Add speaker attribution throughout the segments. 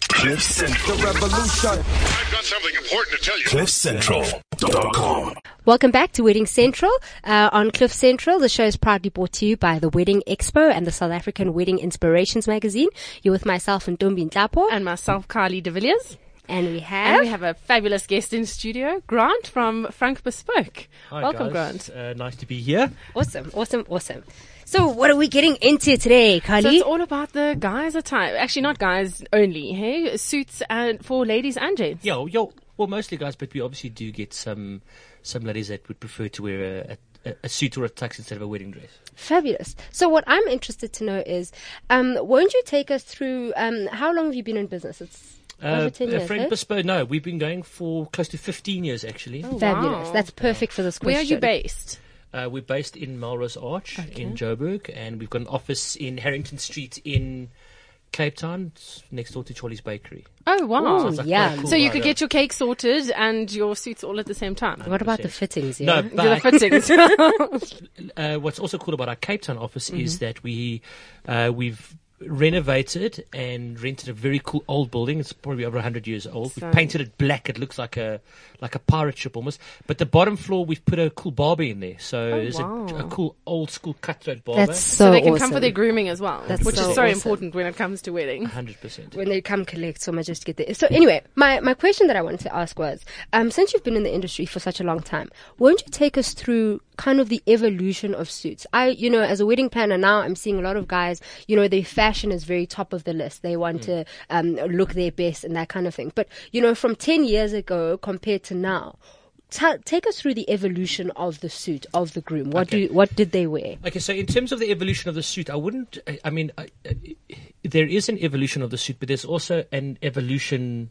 Speaker 1: The revolution.
Speaker 2: I've got something important to tell you.
Speaker 1: CliffCentral.com.
Speaker 3: Welcome back to Wedding Central. Uh, on Cliff Central, the show is proudly brought to you by the Wedding Expo and the South African Wedding Inspirations magazine. You're with myself and Dumbi Ntlapo.
Speaker 4: And myself, Carly de Villiers.
Speaker 3: And we have.
Speaker 4: And we have a fabulous guest in studio, Grant from Frank Bespoke.
Speaker 5: Hi,
Speaker 4: Welcome,
Speaker 5: guys.
Speaker 4: Grant.
Speaker 5: Uh, nice to be here.
Speaker 3: Awesome, awesome, awesome. So, what are we getting into today,
Speaker 4: So
Speaker 3: Carly?
Speaker 4: it's all about the guys attire. Actually, not guys only. Hey, suits and for ladies and gents.
Speaker 5: Yeah, well, yo, well, mostly guys, but we obviously do get some some ladies that would prefer to wear a, a, a suit or a tux instead of a wedding dress.
Speaker 3: Fabulous. So, what I'm interested to know is, um, won't you take us through um, how long have you been in business? It's over 10 years.
Speaker 5: Uh, a friend
Speaker 3: eh?
Speaker 5: Bespo, no, we've been going for close to 15 years actually.
Speaker 4: Oh.
Speaker 3: Fabulous.
Speaker 4: Wow.
Speaker 3: That's perfect for this question.
Speaker 4: Where are you based?
Speaker 5: Uh, we're based in Melrose Arch in Joburg, and we've got an office in Harrington Street in Cape Town, it's next door to Charlie's Bakery.
Speaker 4: Oh, wow.
Speaker 3: Ooh,
Speaker 5: Sounds like
Speaker 3: yeah.
Speaker 5: quite a cool
Speaker 4: so you
Speaker 5: ride,
Speaker 4: could
Speaker 5: yeah.
Speaker 4: get your cake sorted and your suits all at the same time.
Speaker 3: What about the fittings? Yeah?
Speaker 5: No,
Speaker 4: The
Speaker 5: but
Speaker 4: fittings.
Speaker 5: uh, what's also cool about our Cape Town office
Speaker 4: Mm-hmm.
Speaker 5: is that we uh, we've renovated and rented a very cool old building. It's probably over hundred years old.
Speaker 4: So-
Speaker 5: We've painted it black. It looks like a like a pirate ship almost. But the bottom floor, we've put a cool barber in there. So there's
Speaker 4: Oh, wow.
Speaker 5: a, a cool old school cutthroat barber.
Speaker 3: That's so,
Speaker 4: so, they can
Speaker 3: awesome.
Speaker 4: come for their grooming as well,
Speaker 3: That's
Speaker 4: which
Speaker 3: so
Speaker 4: is so
Speaker 3: awesome.
Speaker 4: important when it comes to weddings.
Speaker 5: Hundred percent.
Speaker 3: when they come collect, so I might just get there. So anyway, my, my question that I wanted to ask was, um, since you've been in the industry for such a long time, won't you take us through kind of the evolution of suits? I, you know, as a wedding planner now, I'm seeing a lot of guys, you know, their fashion is very top of the list. They want to um, look their best and that kind of thing. But you know, from ten years ago compared to now. ta take us through the evolution of the suit of the groom. What
Speaker 5: Okay.
Speaker 3: do what did they wear?
Speaker 5: Okay, so in terms of the evolution of the suit, I wouldn't. I- I mean, I, I, there is an evolution of the suit, but there's also an evolution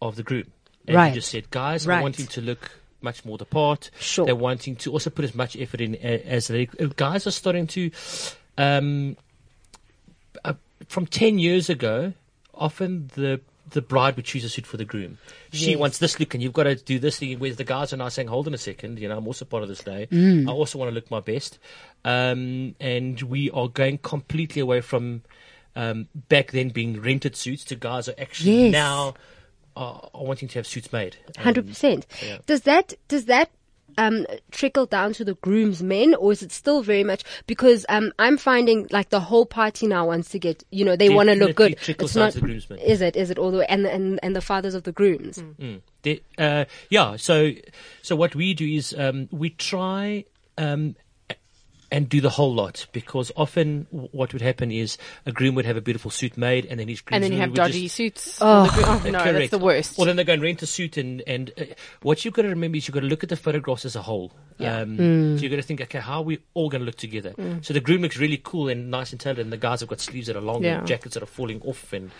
Speaker 5: of the groom. As
Speaker 3: Right.
Speaker 5: you just said, guys
Speaker 3: Right.
Speaker 5: are wanting to look much more the part.
Speaker 3: Sure.
Speaker 5: They're wanting to also put as much effort in a- as they. uh, Guys are starting to. Um, uh, from 10 years ago, often the the bride would choose a suit for the groom. She wants this look, and you've got to do this thing. Whereas the guys are now saying, "Hold on a second, you know, I'm also part of this day.
Speaker 3: Mm.
Speaker 5: I also want to look my best." Um, and we are going completely away from um, back then being rented suits to guys are actually
Speaker 3: Yes.
Speaker 5: now are, are wanting to have suits made. Um,
Speaker 3: Hundred percent. Does that does that um, trickle down to the groomsmen, or is it still very much because um, I'm finding like the whole party now wants to get you know they want to look
Speaker 5: Definitely
Speaker 3: good.
Speaker 5: trickles
Speaker 3: It's
Speaker 5: down
Speaker 3: not
Speaker 5: to the groomsmen.
Speaker 3: is it is it all the way and the, and and the fathers of the grooms.
Speaker 5: Mm. The- uh, yeah. So, so what we do is um, we try um, a- and do the whole lot because often w- what would happen is a groom would have a beautiful suit made, and then his
Speaker 4: And then you
Speaker 5: groomsmen
Speaker 4: have
Speaker 5: would
Speaker 4: dodgy
Speaker 5: just-
Speaker 4: suits. Oh, oh no, that's
Speaker 5: Uh, Correct.
Speaker 4: the worst.
Speaker 5: Well, then they go and rent a suit, and and uh, what you've got to remember is you've got to look at the photographs as a whole. Um,
Speaker 4: Hmm.
Speaker 5: So you've got to think, okay, how are we all going to look together? So the groom looks really cool and nice and tailored, and the guys have got sleeves that are long
Speaker 4: Yeah.
Speaker 5: and jackets that are falling off, and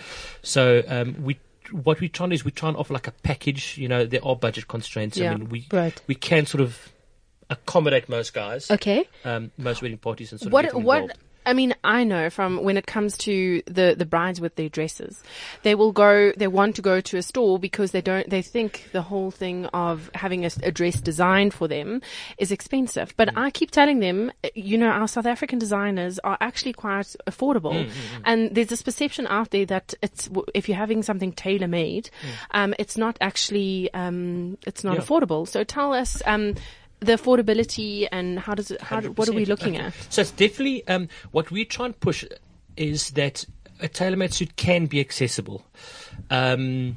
Speaker 5: so um, we. What we try and do is we try and offer like a package. You know, there are budget constraints.
Speaker 4: Yeah.
Speaker 5: I mean, we
Speaker 3: Right.
Speaker 5: we can sort of accommodate most guys,
Speaker 3: Okay.
Speaker 5: um, most wedding parties, and sort of get
Speaker 4: what
Speaker 5: them
Speaker 4: what
Speaker 5: involved.
Speaker 4: I mean, I know from when it comes to the the brides with their dresses, they will go. They want to go to a store because they don't. They think the whole thing of having a, a dress designed for them is expensive.
Speaker 5: Mm.
Speaker 4: But I keep telling them, uh, you know, our South African designers are actually quite affordable,
Speaker 5: Mm,
Speaker 4: and there's this perception out there that it's w- if you're having something tailor made, um, it's not actually um, it's not
Speaker 5: Mm. Yeah.
Speaker 4: affordable. So tell us. Um, the affordability and how does it, how, do- what are we
Speaker 5: 100%.
Speaker 4: looking
Speaker 5: Okay.
Speaker 4: at?
Speaker 5: So it's definitely um, what we try and push is that a tailor-made suit can be accessible. Um,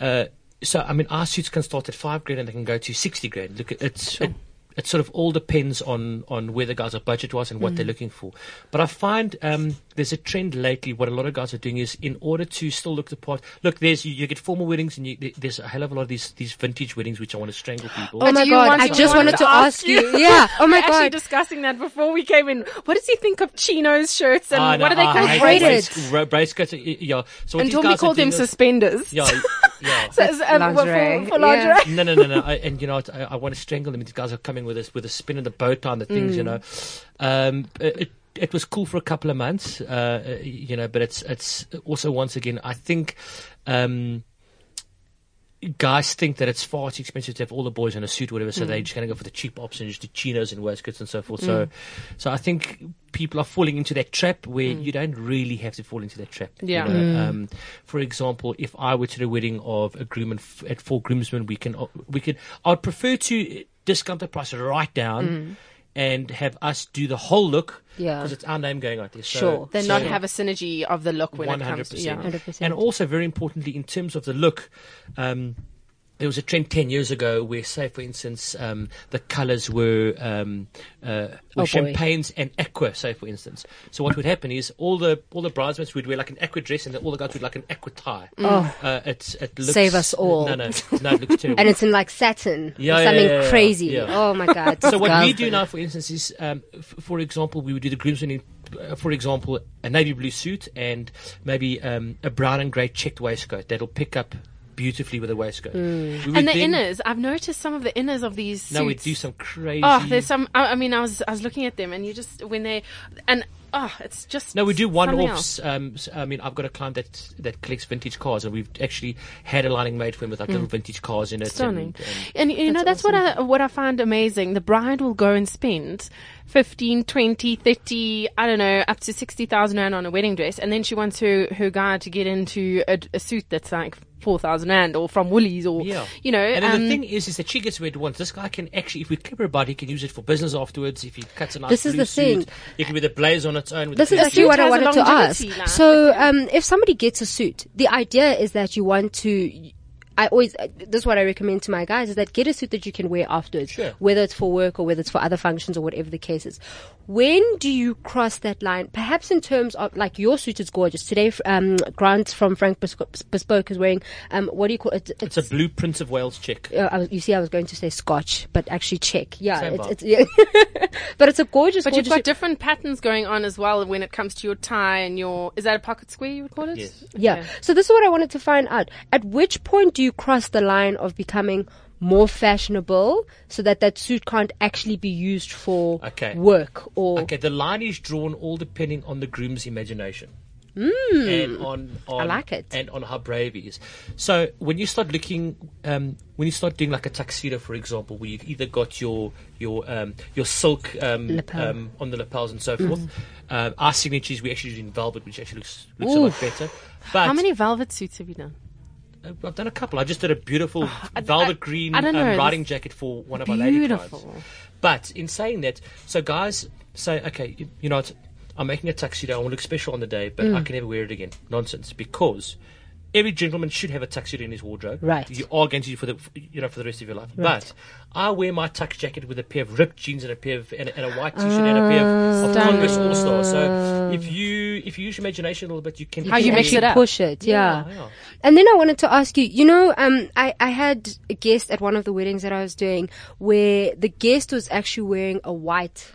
Speaker 5: uh, so I mean, our suits can start at five grand and they can go to sixty grand. Look, it's it, it sort of all depends on on where the guys are budget wise and what
Speaker 4: Mm.
Speaker 5: they're looking for. But I find um, there's a trend lately. What a lot of guys are doing is, in order to still look the part, look, there's you, you get formal weddings and you, there- there's a hell of a lot of these these vintage weddings which I want to strangle people.
Speaker 3: Oh
Speaker 4: But
Speaker 3: my
Speaker 4: do you
Speaker 3: god!
Speaker 4: want-
Speaker 3: I
Speaker 4: do you
Speaker 3: just
Speaker 4: want
Speaker 3: wanted
Speaker 4: to
Speaker 3: to
Speaker 4: ask
Speaker 3: ask you. yeah. Oh my
Speaker 4: We're actually
Speaker 3: god.
Speaker 4: discussing that before we came in. What does he think of chinos shirts and
Speaker 5: Ah, no,
Speaker 4: what are they
Speaker 5: ah,
Speaker 4: called?
Speaker 5: I hate
Speaker 3: Braided.
Speaker 5: brace- ra- brace cuts, uh, yeah. So what
Speaker 4: And
Speaker 5: these
Speaker 4: Tommy
Speaker 5: guys are
Speaker 4: called them
Speaker 5: doing is-
Speaker 4: suspenders.
Speaker 5: Yeah, yeah.
Speaker 4: So, it's, um, well,
Speaker 3: Lingerie.
Speaker 4: For, for
Speaker 3: Yeah.
Speaker 4: lingerie.
Speaker 5: no, no, no, no. I, and you know, I, I want to strangle them. These guys are coming with us with a spin and the bow tie and the things. You know,
Speaker 4: Mm.
Speaker 5: um, it, it was cool for a couple of months. Uh, you know, but it's it's also once again, I think. Um, guys think that it's far too expensive to have all the boys in a suit, or whatever. So they're
Speaker 4: Mm.
Speaker 5: just going to go for the cheap option, just do chinos and waistcoats and so forth. So, so I think people are falling into that trap where you don't really have to fall into that trap. you
Speaker 4: Mm. Yeah. Mm.
Speaker 5: know. Um, for example, if I were to the wedding of a groom and f- at four groomsmen, we can uh, we could. I'd prefer to discount the price right down.
Speaker 4: Mm.
Speaker 5: And have us do the whole look,
Speaker 3: Yeah.
Speaker 5: because it's our name going out there. So,
Speaker 3: Sure.
Speaker 4: Then not
Speaker 5: so-
Speaker 4: have a synergy of the look when it comes to yeah.
Speaker 3: 100%.
Speaker 5: and also, very importantly, in terms of the look, um, there was a trend 10 years ago where, say, for instance, um, the colors were, um, uh, were
Speaker 3: Oh, boy.
Speaker 5: champagnes and aqua, say, for instance. So, what would happen is all the all the bridesmaids would wear like an aqua dress and all the guys would like an aqua tie.
Speaker 3: Oh.
Speaker 5: Uh, it's, it looks,
Speaker 3: Save us all.
Speaker 5: No, no, no, it looks terrible.
Speaker 3: and it's in like satin, or
Speaker 5: Yeah, yeah,
Speaker 3: something
Speaker 5: yeah, yeah,
Speaker 3: crazy.
Speaker 5: yeah.
Speaker 3: Oh my god!
Speaker 5: so what we
Speaker 3: disgusting.
Speaker 5: do now, for instance, is, um, f- for example, we would do the groomsmen in, uh, for example, a navy blue suit and maybe um, a brown and grey checked waistcoat that'll pick up beautifully with a waistcoat. We
Speaker 4: And
Speaker 5: would
Speaker 4: the
Speaker 5: then-
Speaker 4: inners, I've noticed some of the inners of these suits.
Speaker 5: No, we do some crazy.
Speaker 4: Oh, there's some. I, I mean, I was I was looking at them, and you just when they and oh, it's just
Speaker 5: no, we do one
Speaker 4: something
Speaker 5: offs. Um, s- I mean, I've got a client that that collects vintage cars, and we've actually had a lining made for him with like little vintage cars in it.
Speaker 4: Hmm. stunning.
Speaker 5: and- and-
Speaker 4: And, you know, that's what I what I find amazing. The bride will go and spend 15, 20, 30, I don't know, up to 60,000 rand on a wedding dress and then she wants her her guy to get into a, a suit that's like 4,000 rand or from Woolies or
Speaker 5: Yeah.
Speaker 4: you know,
Speaker 5: and then
Speaker 4: um,
Speaker 5: the thing is, is that she gets where it wants. This guy can actually, if we clever about, it, he can use it for business afterwards. If he cuts a nice
Speaker 3: This is
Speaker 5: blue
Speaker 3: the thing.
Speaker 5: suit, it can be the blazer on its own. With
Speaker 3: This
Speaker 5: the
Speaker 3: is
Speaker 5: fancy
Speaker 3: actually
Speaker 4: suit
Speaker 3: what I
Speaker 4: has a
Speaker 3: wanted to ask.
Speaker 4: longevity, like-
Speaker 3: So, um, if somebody gets a suit, the idea is that you want to. I always uh, this is what I recommend to my guys is that get a suit that you can wear afterwards,
Speaker 5: Sure.
Speaker 3: whether it's for work or whether it's for other functions or whatever the case is. When do you cross that line? Perhaps in terms of like your suit is gorgeous today. f- Um, Grant from Frank Bespo- Bespoke is wearing um, what do you call it?
Speaker 5: It's a Blue Prince of Wales chick.
Speaker 3: uh, I was, you see, I was going to say Scotch, but actually Czech. Yeah,
Speaker 5: Same
Speaker 3: it's,
Speaker 5: vibe.
Speaker 3: it's yeah. but it's a gorgeous.
Speaker 4: but you've
Speaker 3: gorgeous
Speaker 4: got different patterns going on as well when it comes to your tie and your is that a pocket square you would call it?
Speaker 5: Yes.
Speaker 3: Yeah.
Speaker 4: Okay.
Speaker 3: So this is what I wanted to find out. At which point do you cross the line of becoming more fashionable so that that suit can't actually be used for
Speaker 5: Okay.
Speaker 3: work or
Speaker 5: Okay, the line is drawn all depending on the groom's imagination. And on, on
Speaker 3: Hmm. I like it.
Speaker 5: And on how brave he is. So when you start looking, um, when you start doing like a tuxedo, for example, where you've either got your your um, your silk um,
Speaker 3: Lapel. Mm-hmm.
Speaker 5: um, on the lapels and so forth. Um, our signatures we actually do in velvet, which actually looks, looks a lot better. But
Speaker 4: How many velvet suits have you done?
Speaker 5: I've done a couple. I just did a beautiful
Speaker 4: I-
Speaker 5: velvet
Speaker 4: I-
Speaker 5: green
Speaker 4: I don't know,
Speaker 5: um,
Speaker 4: this-
Speaker 5: riding jacket for one of our lady
Speaker 4: Beautiful.
Speaker 5: clients. But in saying that, so guys say, okay, you, you know, what, I'm making a tuxedo. I want to look special on the day, but I
Speaker 4: Mm.
Speaker 5: can never wear it again. Nonsense, because every gentleman should have a tuxedo in his wardrobe.
Speaker 3: Right.
Speaker 5: You are going to do for the you know for the rest of your life. But I wear my tux jacket with a pair of ripped jeans and a pair of and a, and a white t-shirt and a pair of,
Speaker 4: Ah,
Speaker 5: of Converse All Star. So if you if you use your imagination a little bit, you can
Speaker 4: How you
Speaker 3: can
Speaker 4: mix
Speaker 3: actually
Speaker 4: it up.
Speaker 3: push it. Yeah.
Speaker 5: yeah.
Speaker 3: And then I wanted to ask you, you know, um, I, I had a guest at one of the weddings that I was doing where the guest was actually wearing a white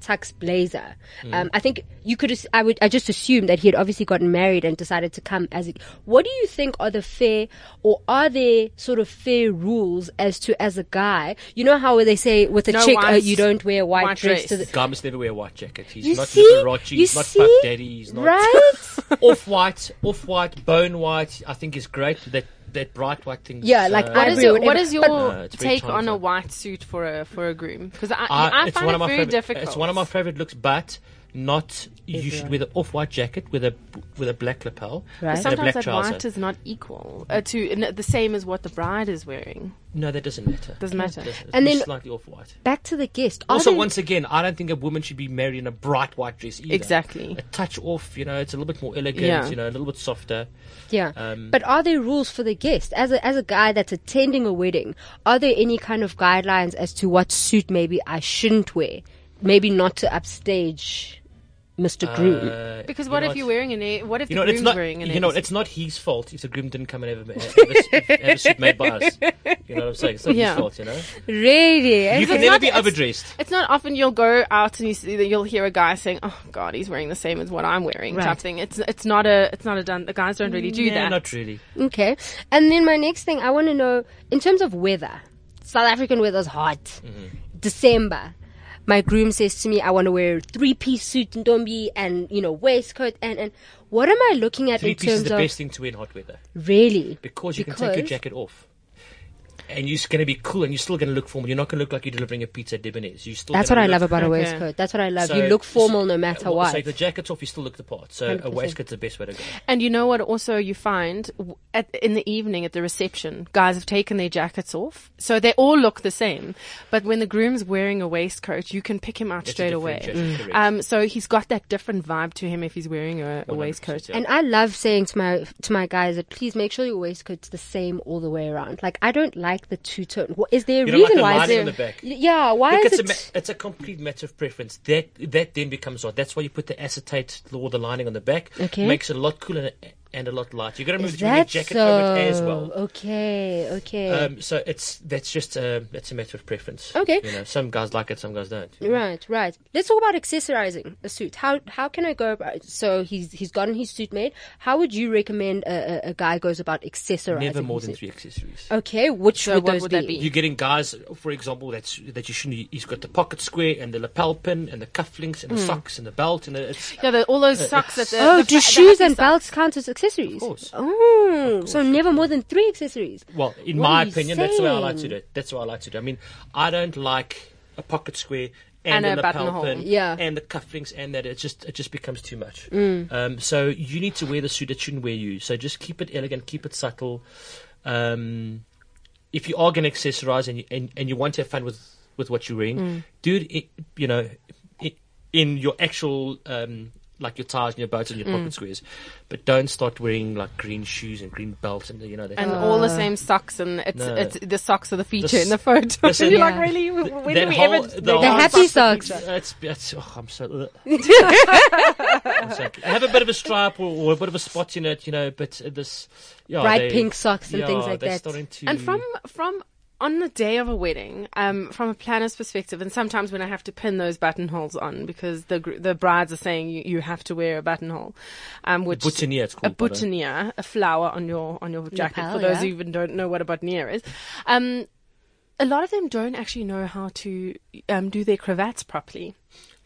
Speaker 3: tux blazer.
Speaker 4: Mm.
Speaker 3: Um, I think you could, as- I would, I just assumed that he had obviously gotten married and decided to come as. A, what do you think are the fair or are there sort of fair rules as to as a guy? You know how they say with a
Speaker 4: No
Speaker 3: chick, uh,
Speaker 4: white-
Speaker 3: you don't wear a white,
Speaker 4: white
Speaker 3: dress. To
Speaker 4: dress.
Speaker 3: the,
Speaker 5: Guy must never wear a white jacket. He's
Speaker 3: You
Speaker 5: not
Speaker 3: see?
Speaker 5: Liberace.
Speaker 3: You
Speaker 5: He's not
Speaker 3: see?
Speaker 5: Puff Daddy. He's not
Speaker 3: right?
Speaker 5: off white, off white, bone white. I think is great. That that bright white thing. uh,
Speaker 3: Yeah, like
Speaker 4: What
Speaker 3: Ivory
Speaker 4: is
Speaker 3: or
Speaker 4: your, what
Speaker 3: whatever.
Speaker 4: is your
Speaker 3: But-
Speaker 5: No, it's very
Speaker 4: take on
Speaker 5: challenging.
Speaker 4: a white suit for a for a groom? Because I,
Speaker 5: I-
Speaker 4: I,
Speaker 5: it's
Speaker 4: find
Speaker 5: one
Speaker 4: it
Speaker 5: of my
Speaker 4: very
Speaker 5: favorite,
Speaker 4: difficult.
Speaker 5: It's one of my favorite looks, but not. You should wear the off white jacket with a with a black lapel
Speaker 3: Right.
Speaker 5: and a
Speaker 4: Sometimes
Speaker 5: black
Speaker 4: that
Speaker 5: trouser.
Speaker 4: white is not equal uh, to n- the same as what the bride is wearing.
Speaker 5: no, that doesn't matter.
Speaker 4: Doesn't matter.
Speaker 3: And
Speaker 5: and
Speaker 3: then-
Speaker 5: then slightly off white.
Speaker 3: Back to the guest. Are
Speaker 5: Also,
Speaker 3: there-
Speaker 5: once again, I don't think a woman should be married in a bright white dress either.
Speaker 4: Exactly.
Speaker 5: A touch off, you know, it's a little bit more elegant,
Speaker 4: Yeah.
Speaker 5: you know, a little bit softer.
Speaker 3: Yeah.
Speaker 5: Um,
Speaker 3: but are there rules for the guest? As a, as a guy that's attending a wedding, are there any kind of guidelines as to what suit maybe I shouldn't wear? Maybe not to upstage Mr. Groom.
Speaker 5: Uh,
Speaker 4: Because
Speaker 5: you
Speaker 4: what
Speaker 5: know,
Speaker 4: if
Speaker 5: it's-
Speaker 4: you're wearing an? A- what if the
Speaker 5: You know,
Speaker 4: groom's
Speaker 5: it's not.
Speaker 4: wearing an?
Speaker 5: You know,
Speaker 4: A-
Speaker 5: it's not his fault if the groom didn't come and have a, have a, have a suit made by us. You know what I'm saying? It's not
Speaker 4: Yeah.
Speaker 5: his fault. You know,
Speaker 3: really?
Speaker 5: you
Speaker 3: And
Speaker 5: can
Speaker 4: it's
Speaker 5: never
Speaker 4: not-
Speaker 5: be
Speaker 4: it's-
Speaker 5: overdressed.
Speaker 4: it's not often you'll go out and you see that you'll hear a guy saying, "Oh God, he's wearing the same as what I'm wearing."
Speaker 3: Right.
Speaker 4: Type thing. It's it's not a it's not a done. The guys don't really do
Speaker 5: Yeah,
Speaker 4: that.
Speaker 5: not really.
Speaker 3: Okay. And then my next thing I want to know in terms of weather, South African weather's hot.
Speaker 5: Mm-hmm.
Speaker 3: December. My groom says to me, I want to wear a three piece suit, Ndombi, and, you know, waistcoat. And, and what am I looking at
Speaker 5: Three
Speaker 3: in
Speaker 5: piece is
Speaker 3: terms
Speaker 5: the
Speaker 3: of.
Speaker 5: best thing to wear in hot weather
Speaker 3: Really?
Speaker 5: because you can take your
Speaker 3: Because-
Speaker 5: jacket off. and you're going to be cool and you're still going to look formal. You're not going to look like you're delivering a pizza at Debonair's. You're still
Speaker 3: That's what
Speaker 5: gonna
Speaker 3: I love
Speaker 5: look-
Speaker 3: about a
Speaker 4: Okay.
Speaker 3: waistcoat. That's what I love.
Speaker 5: So-
Speaker 3: you look formal no
Speaker 5: so-
Speaker 3: matter
Speaker 5: uh,
Speaker 3: what.
Speaker 5: So if the jacket's off, you still look the part. So a
Speaker 3: 100%.
Speaker 5: waistcoat's the best way to go.
Speaker 4: And you know what? Also, you find w- at, in the evening at the reception, guys have taken their jackets off, so they all look the same. But when the groom's wearing a waistcoat, you can pick him out
Speaker 5: That's a
Speaker 4: straight away.
Speaker 5: differentiation, correct.
Speaker 4: Um, so he's got that different vibe to him if he's wearing a, a
Speaker 5: 100%,
Speaker 4: waistcoat.
Speaker 5: yeah.
Speaker 3: And I love saying to my to my guys that please make sure your waistcoat's the same all the way around. Like I don't like the two tone. What is there a
Speaker 5: You
Speaker 3: reason
Speaker 5: don't like the
Speaker 3: why? is
Speaker 5: lining on
Speaker 3: there-
Speaker 5: the back.
Speaker 3: Y- Yeah, why
Speaker 5: Look,
Speaker 3: is
Speaker 5: it's,
Speaker 3: it?
Speaker 5: a ma- it's a complete matter of preference. That that then becomes odd. That's why you put the acetate or the lining on the back.
Speaker 3: Okay.
Speaker 5: Makes it a lot cooler and, and a lot lighter. You've got to move
Speaker 3: is
Speaker 5: between the
Speaker 3: that
Speaker 5: jacket
Speaker 3: so?
Speaker 5: over it as well.
Speaker 3: Okay, okay.
Speaker 5: Um, so it's that's just uh, that's a matter of preference.
Speaker 3: Okay.
Speaker 5: You know, some guys like it, some guys don't.
Speaker 3: Right, right. Let's talk about accessorizing a suit. How how can I go about? So he's he's gotten his suit made. How would you recommend a, a, a guy goes about accessorizing?
Speaker 5: Never more
Speaker 3: his
Speaker 5: than
Speaker 3: suit?
Speaker 5: three accessories.
Speaker 3: Okay, which
Speaker 4: So
Speaker 3: would
Speaker 4: what
Speaker 3: those
Speaker 4: would
Speaker 3: be?
Speaker 4: that be?
Speaker 5: You're getting guys, for example, that's that you shouldn't. He's got the pocket square and the lapel pin and the cufflinks and the
Speaker 3: Hmm.
Speaker 5: socks and the belt and the, it's
Speaker 4: Yeah, the, all
Speaker 5: Uh,
Speaker 4: those socks that the
Speaker 3: Oh,
Speaker 4: the
Speaker 3: do
Speaker 4: fa- the
Speaker 3: shoes
Speaker 4: happy
Speaker 3: and
Speaker 4: socks.
Speaker 3: belts count as accessories?
Speaker 5: Of course.
Speaker 3: Oh, so never more than three accessories.
Speaker 5: well, in
Speaker 3: What
Speaker 5: my
Speaker 3: are you
Speaker 5: opinion, that's the way I like to
Speaker 3: saying?
Speaker 5: do it. That's what I like to do. I mean, I don't like a pocket square
Speaker 4: And
Speaker 5: and,
Speaker 4: a
Speaker 5: the lapel
Speaker 4: buttonhole.
Speaker 5: pin
Speaker 3: Yeah. Mm.
Speaker 5: and the cufflinks and that. It just it just becomes too much. Um, so you need to wear the suit that shouldn't wear you. So just keep it elegant, keep it subtle. Um, if you are going to accessorize and you, and, and you want to have fun with, with what you're wearing,
Speaker 3: Mm.
Speaker 5: do it, i- you know, i- in your actual, um, like your ties and your boats and your
Speaker 3: Mm.
Speaker 5: pocket squares. But don't start wearing like green shoes and green belts and, you know, that.
Speaker 4: And
Speaker 3: Oh.
Speaker 4: all the same socks, and it's,
Speaker 5: No.
Speaker 4: it's the socks are the feature
Speaker 5: This-
Speaker 4: in the photo.
Speaker 5: listen,
Speaker 4: You're
Speaker 5: Yeah.
Speaker 4: like, really?
Speaker 5: Th-
Speaker 4: When
Speaker 5: that
Speaker 4: do we
Speaker 5: whole-
Speaker 4: ever?
Speaker 5: the
Speaker 4: they
Speaker 5: whole-
Speaker 4: don't
Speaker 3: The happy
Speaker 4: socks the
Speaker 3: socks.
Speaker 4: feature?
Speaker 5: That's, that's, oh, I'm so. It's like- have a bit of a stripe or, or a bit of a spot in it, you know, but this. Yeah,
Speaker 3: Bright
Speaker 5: they-
Speaker 3: pink socks and
Speaker 5: yeah,
Speaker 3: things like
Speaker 5: they're
Speaker 3: that.
Speaker 5: Starting to,
Speaker 4: And from from on the day of a wedding, um, from a planner's perspective, and sometimes when I have to pin those buttonholes on because the gr- the brides are saying you, you have to wear a buttonhole, um, which
Speaker 5: boutonniere, it's
Speaker 4: a
Speaker 5: called, by the way.
Speaker 4: boutonniere, a flower on your on your jacket.
Speaker 3: Lapel,
Speaker 4: For those
Speaker 3: yeah.
Speaker 4: who even don't know what a boutonniere is, um, a lot of them don't actually know how to um, do their cravats properly,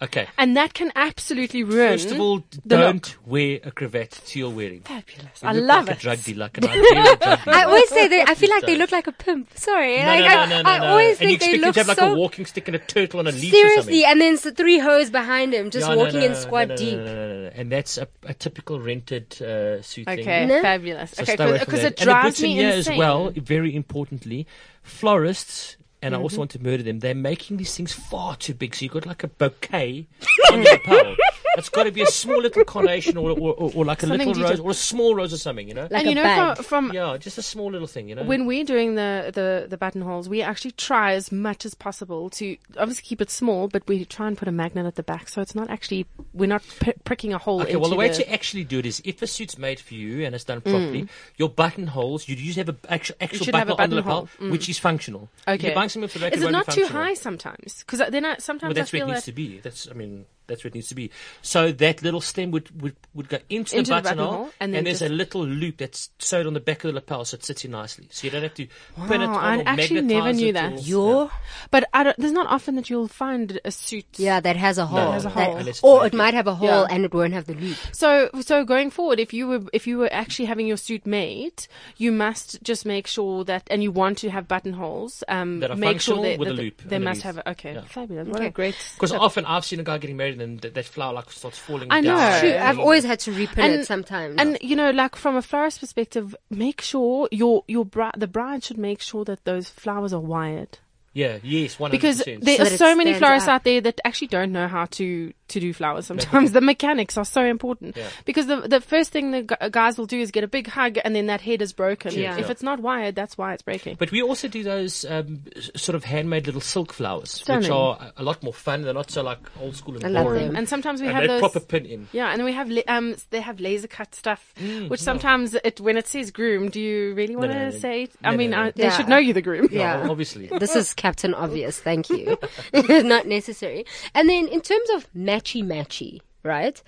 Speaker 5: Okay.
Speaker 4: and that can absolutely ruin.
Speaker 5: First of all,
Speaker 4: the
Speaker 5: don't
Speaker 4: look.
Speaker 5: wear a cravat to your wedding.
Speaker 4: fabulous.
Speaker 5: You
Speaker 4: I
Speaker 5: look
Speaker 4: love
Speaker 5: like
Speaker 4: it.
Speaker 5: A drug dealer, like an ideal drug dealer.
Speaker 3: I always say they. I feel like they
Speaker 5: Sorry.
Speaker 3: look like a pimp. Sorry,
Speaker 5: No,
Speaker 3: like,
Speaker 5: no,
Speaker 3: I,
Speaker 5: no, no, no,
Speaker 3: I
Speaker 5: no.
Speaker 3: always
Speaker 5: and you
Speaker 3: think
Speaker 5: expect
Speaker 3: they
Speaker 5: him
Speaker 3: look
Speaker 5: to have like
Speaker 3: so
Speaker 5: a walking stick and a turtle on a leash or something.
Speaker 3: seriously, and then s- three hoes behind him, just
Speaker 5: Yeah, no,
Speaker 3: walking
Speaker 5: no,
Speaker 3: in
Speaker 5: no,
Speaker 3: squad
Speaker 5: no, no,
Speaker 3: deep.
Speaker 5: no, no, no, no. And that's a, a typical rented uh, suit
Speaker 4: Okay,
Speaker 5: thing.
Speaker 3: No.
Speaker 4: fabulous.
Speaker 5: So
Speaker 4: okay,
Speaker 5: stay away from
Speaker 4: because
Speaker 5: that.
Speaker 4: it drives
Speaker 5: and
Speaker 4: me
Speaker 5: the boutonniere
Speaker 4: insane.
Speaker 5: as well, very importantly, florists, and I also
Speaker 4: Mm-hmm.
Speaker 5: want to murder them, they're making these things far too big. So you've got like a bouquet on the lapel. It's got to be a small little carnation or, or, or, or like a
Speaker 4: Something
Speaker 5: little rose
Speaker 4: detailed.
Speaker 5: or a small rose or something, you know?
Speaker 3: Like
Speaker 4: and
Speaker 3: a
Speaker 4: you know,
Speaker 3: bag.
Speaker 4: from, from
Speaker 5: yeah, just a small little thing, you know?
Speaker 4: when we're doing the, the, the buttonholes, we actually try as much as possible to obviously keep it small, but we try and put a magnet at the back, so it's not actually we're not p- pricking a hole.
Speaker 5: Okay,
Speaker 4: into Mm.
Speaker 5: well, the way to actually do it is if a suit's made for you and it's done properly, your buttonholes, you usually have an actual, actual
Speaker 4: should have
Speaker 5: button,
Speaker 4: a
Speaker 5: on the lapel,
Speaker 4: buttonhole.
Speaker 5: which is functional. If
Speaker 4: okay.
Speaker 5: You're buying something for the record,
Speaker 4: Is
Speaker 5: it
Speaker 4: it not
Speaker 5: won't be
Speaker 4: too
Speaker 5: functional.
Speaker 4: high sometimes? Because then I, sometimes
Speaker 5: Well, that's
Speaker 4: I
Speaker 5: where it
Speaker 4: feel
Speaker 5: needs
Speaker 4: that
Speaker 5: to be. That's, I mean, that's where it needs to be. So that little stem would, would, would go into,
Speaker 4: Into the
Speaker 5: the buttonhole,
Speaker 4: buttonhole, and
Speaker 5: and,
Speaker 4: then
Speaker 5: there's
Speaker 4: just-
Speaker 5: a little loop that's sewed on the back of the lapel, so it sits in nicely. So you don't have to pin it
Speaker 4: Wow, "Oh,
Speaker 5: on
Speaker 4: I
Speaker 5: or
Speaker 4: actually never
Speaker 5: magnetize
Speaker 4: knew
Speaker 5: it
Speaker 4: that.
Speaker 5: or-
Speaker 3: Your-
Speaker 4: But I don't, there's not often that you'll find a suit.
Speaker 3: Yeah, that has a hole.
Speaker 5: has a
Speaker 3: That-
Speaker 4: hole.
Speaker 5: Unless it's
Speaker 3: or it
Speaker 5: naked.
Speaker 3: might have a hole
Speaker 4: Yeah.
Speaker 3: and it won't have the loop.
Speaker 4: So so going forward, if you were if you were actually having your suit made, you must just make sure that and you want to have buttonholes. Um,
Speaker 5: That are
Speaker 4: make sure
Speaker 5: functional
Speaker 4: that,
Speaker 5: with
Speaker 4: that
Speaker 5: a
Speaker 4: they-
Speaker 5: loop
Speaker 4: They must
Speaker 5: underneath.
Speaker 4: have okay,
Speaker 5: Yeah.
Speaker 4: fabulous. What a great.
Speaker 5: Because often I've seen a guy getting married and that, that flower like starts falling
Speaker 4: I know.
Speaker 5: down.
Speaker 3: True,
Speaker 4: True.
Speaker 3: I've always had to repin
Speaker 4: And-
Speaker 3: it sometimes.
Speaker 4: And you know, like from a florist perspective, make sure your your bri- the bride should make sure that those flowers are wired
Speaker 5: Yeah, yes, 100%.
Speaker 4: because there
Speaker 3: So
Speaker 4: are
Speaker 3: that it
Speaker 4: so many
Speaker 3: stands
Speaker 4: florists
Speaker 3: up.
Speaker 4: out there that actually don't know how to to do flowers. Sometimes the mechanics are so important
Speaker 5: Yeah.
Speaker 4: because the the first thing the gu- guys will do is get a big hug and then that head is broken.
Speaker 5: Yeah.
Speaker 4: If it's not wired, that's why it's breaking.
Speaker 5: But we also do those um, s- sort of handmade little silk flowers,
Speaker 4: Stunning.
Speaker 5: which are a- a lot more fun. They're not so like old school and
Speaker 3: I love
Speaker 5: boring.
Speaker 3: them.
Speaker 4: and sometimes we
Speaker 5: And
Speaker 4: have
Speaker 5: they
Speaker 4: those
Speaker 5: proper pin in.
Speaker 4: Yeah, and we have la- um, s- they have laser cut stuff, which sometimes it when it says groom, do you really want to
Speaker 5: Mm, no, no.
Speaker 4: say?
Speaker 5: No,
Speaker 4: I
Speaker 5: no,
Speaker 4: mean,
Speaker 5: no.
Speaker 4: I, they
Speaker 3: Yeah.
Speaker 4: should know you the groom.
Speaker 3: yeah.
Speaker 5: Oh, obviously.
Speaker 3: this is Captain Obvious, thank you. Not necessary. And then in terms of matchy matchy, right?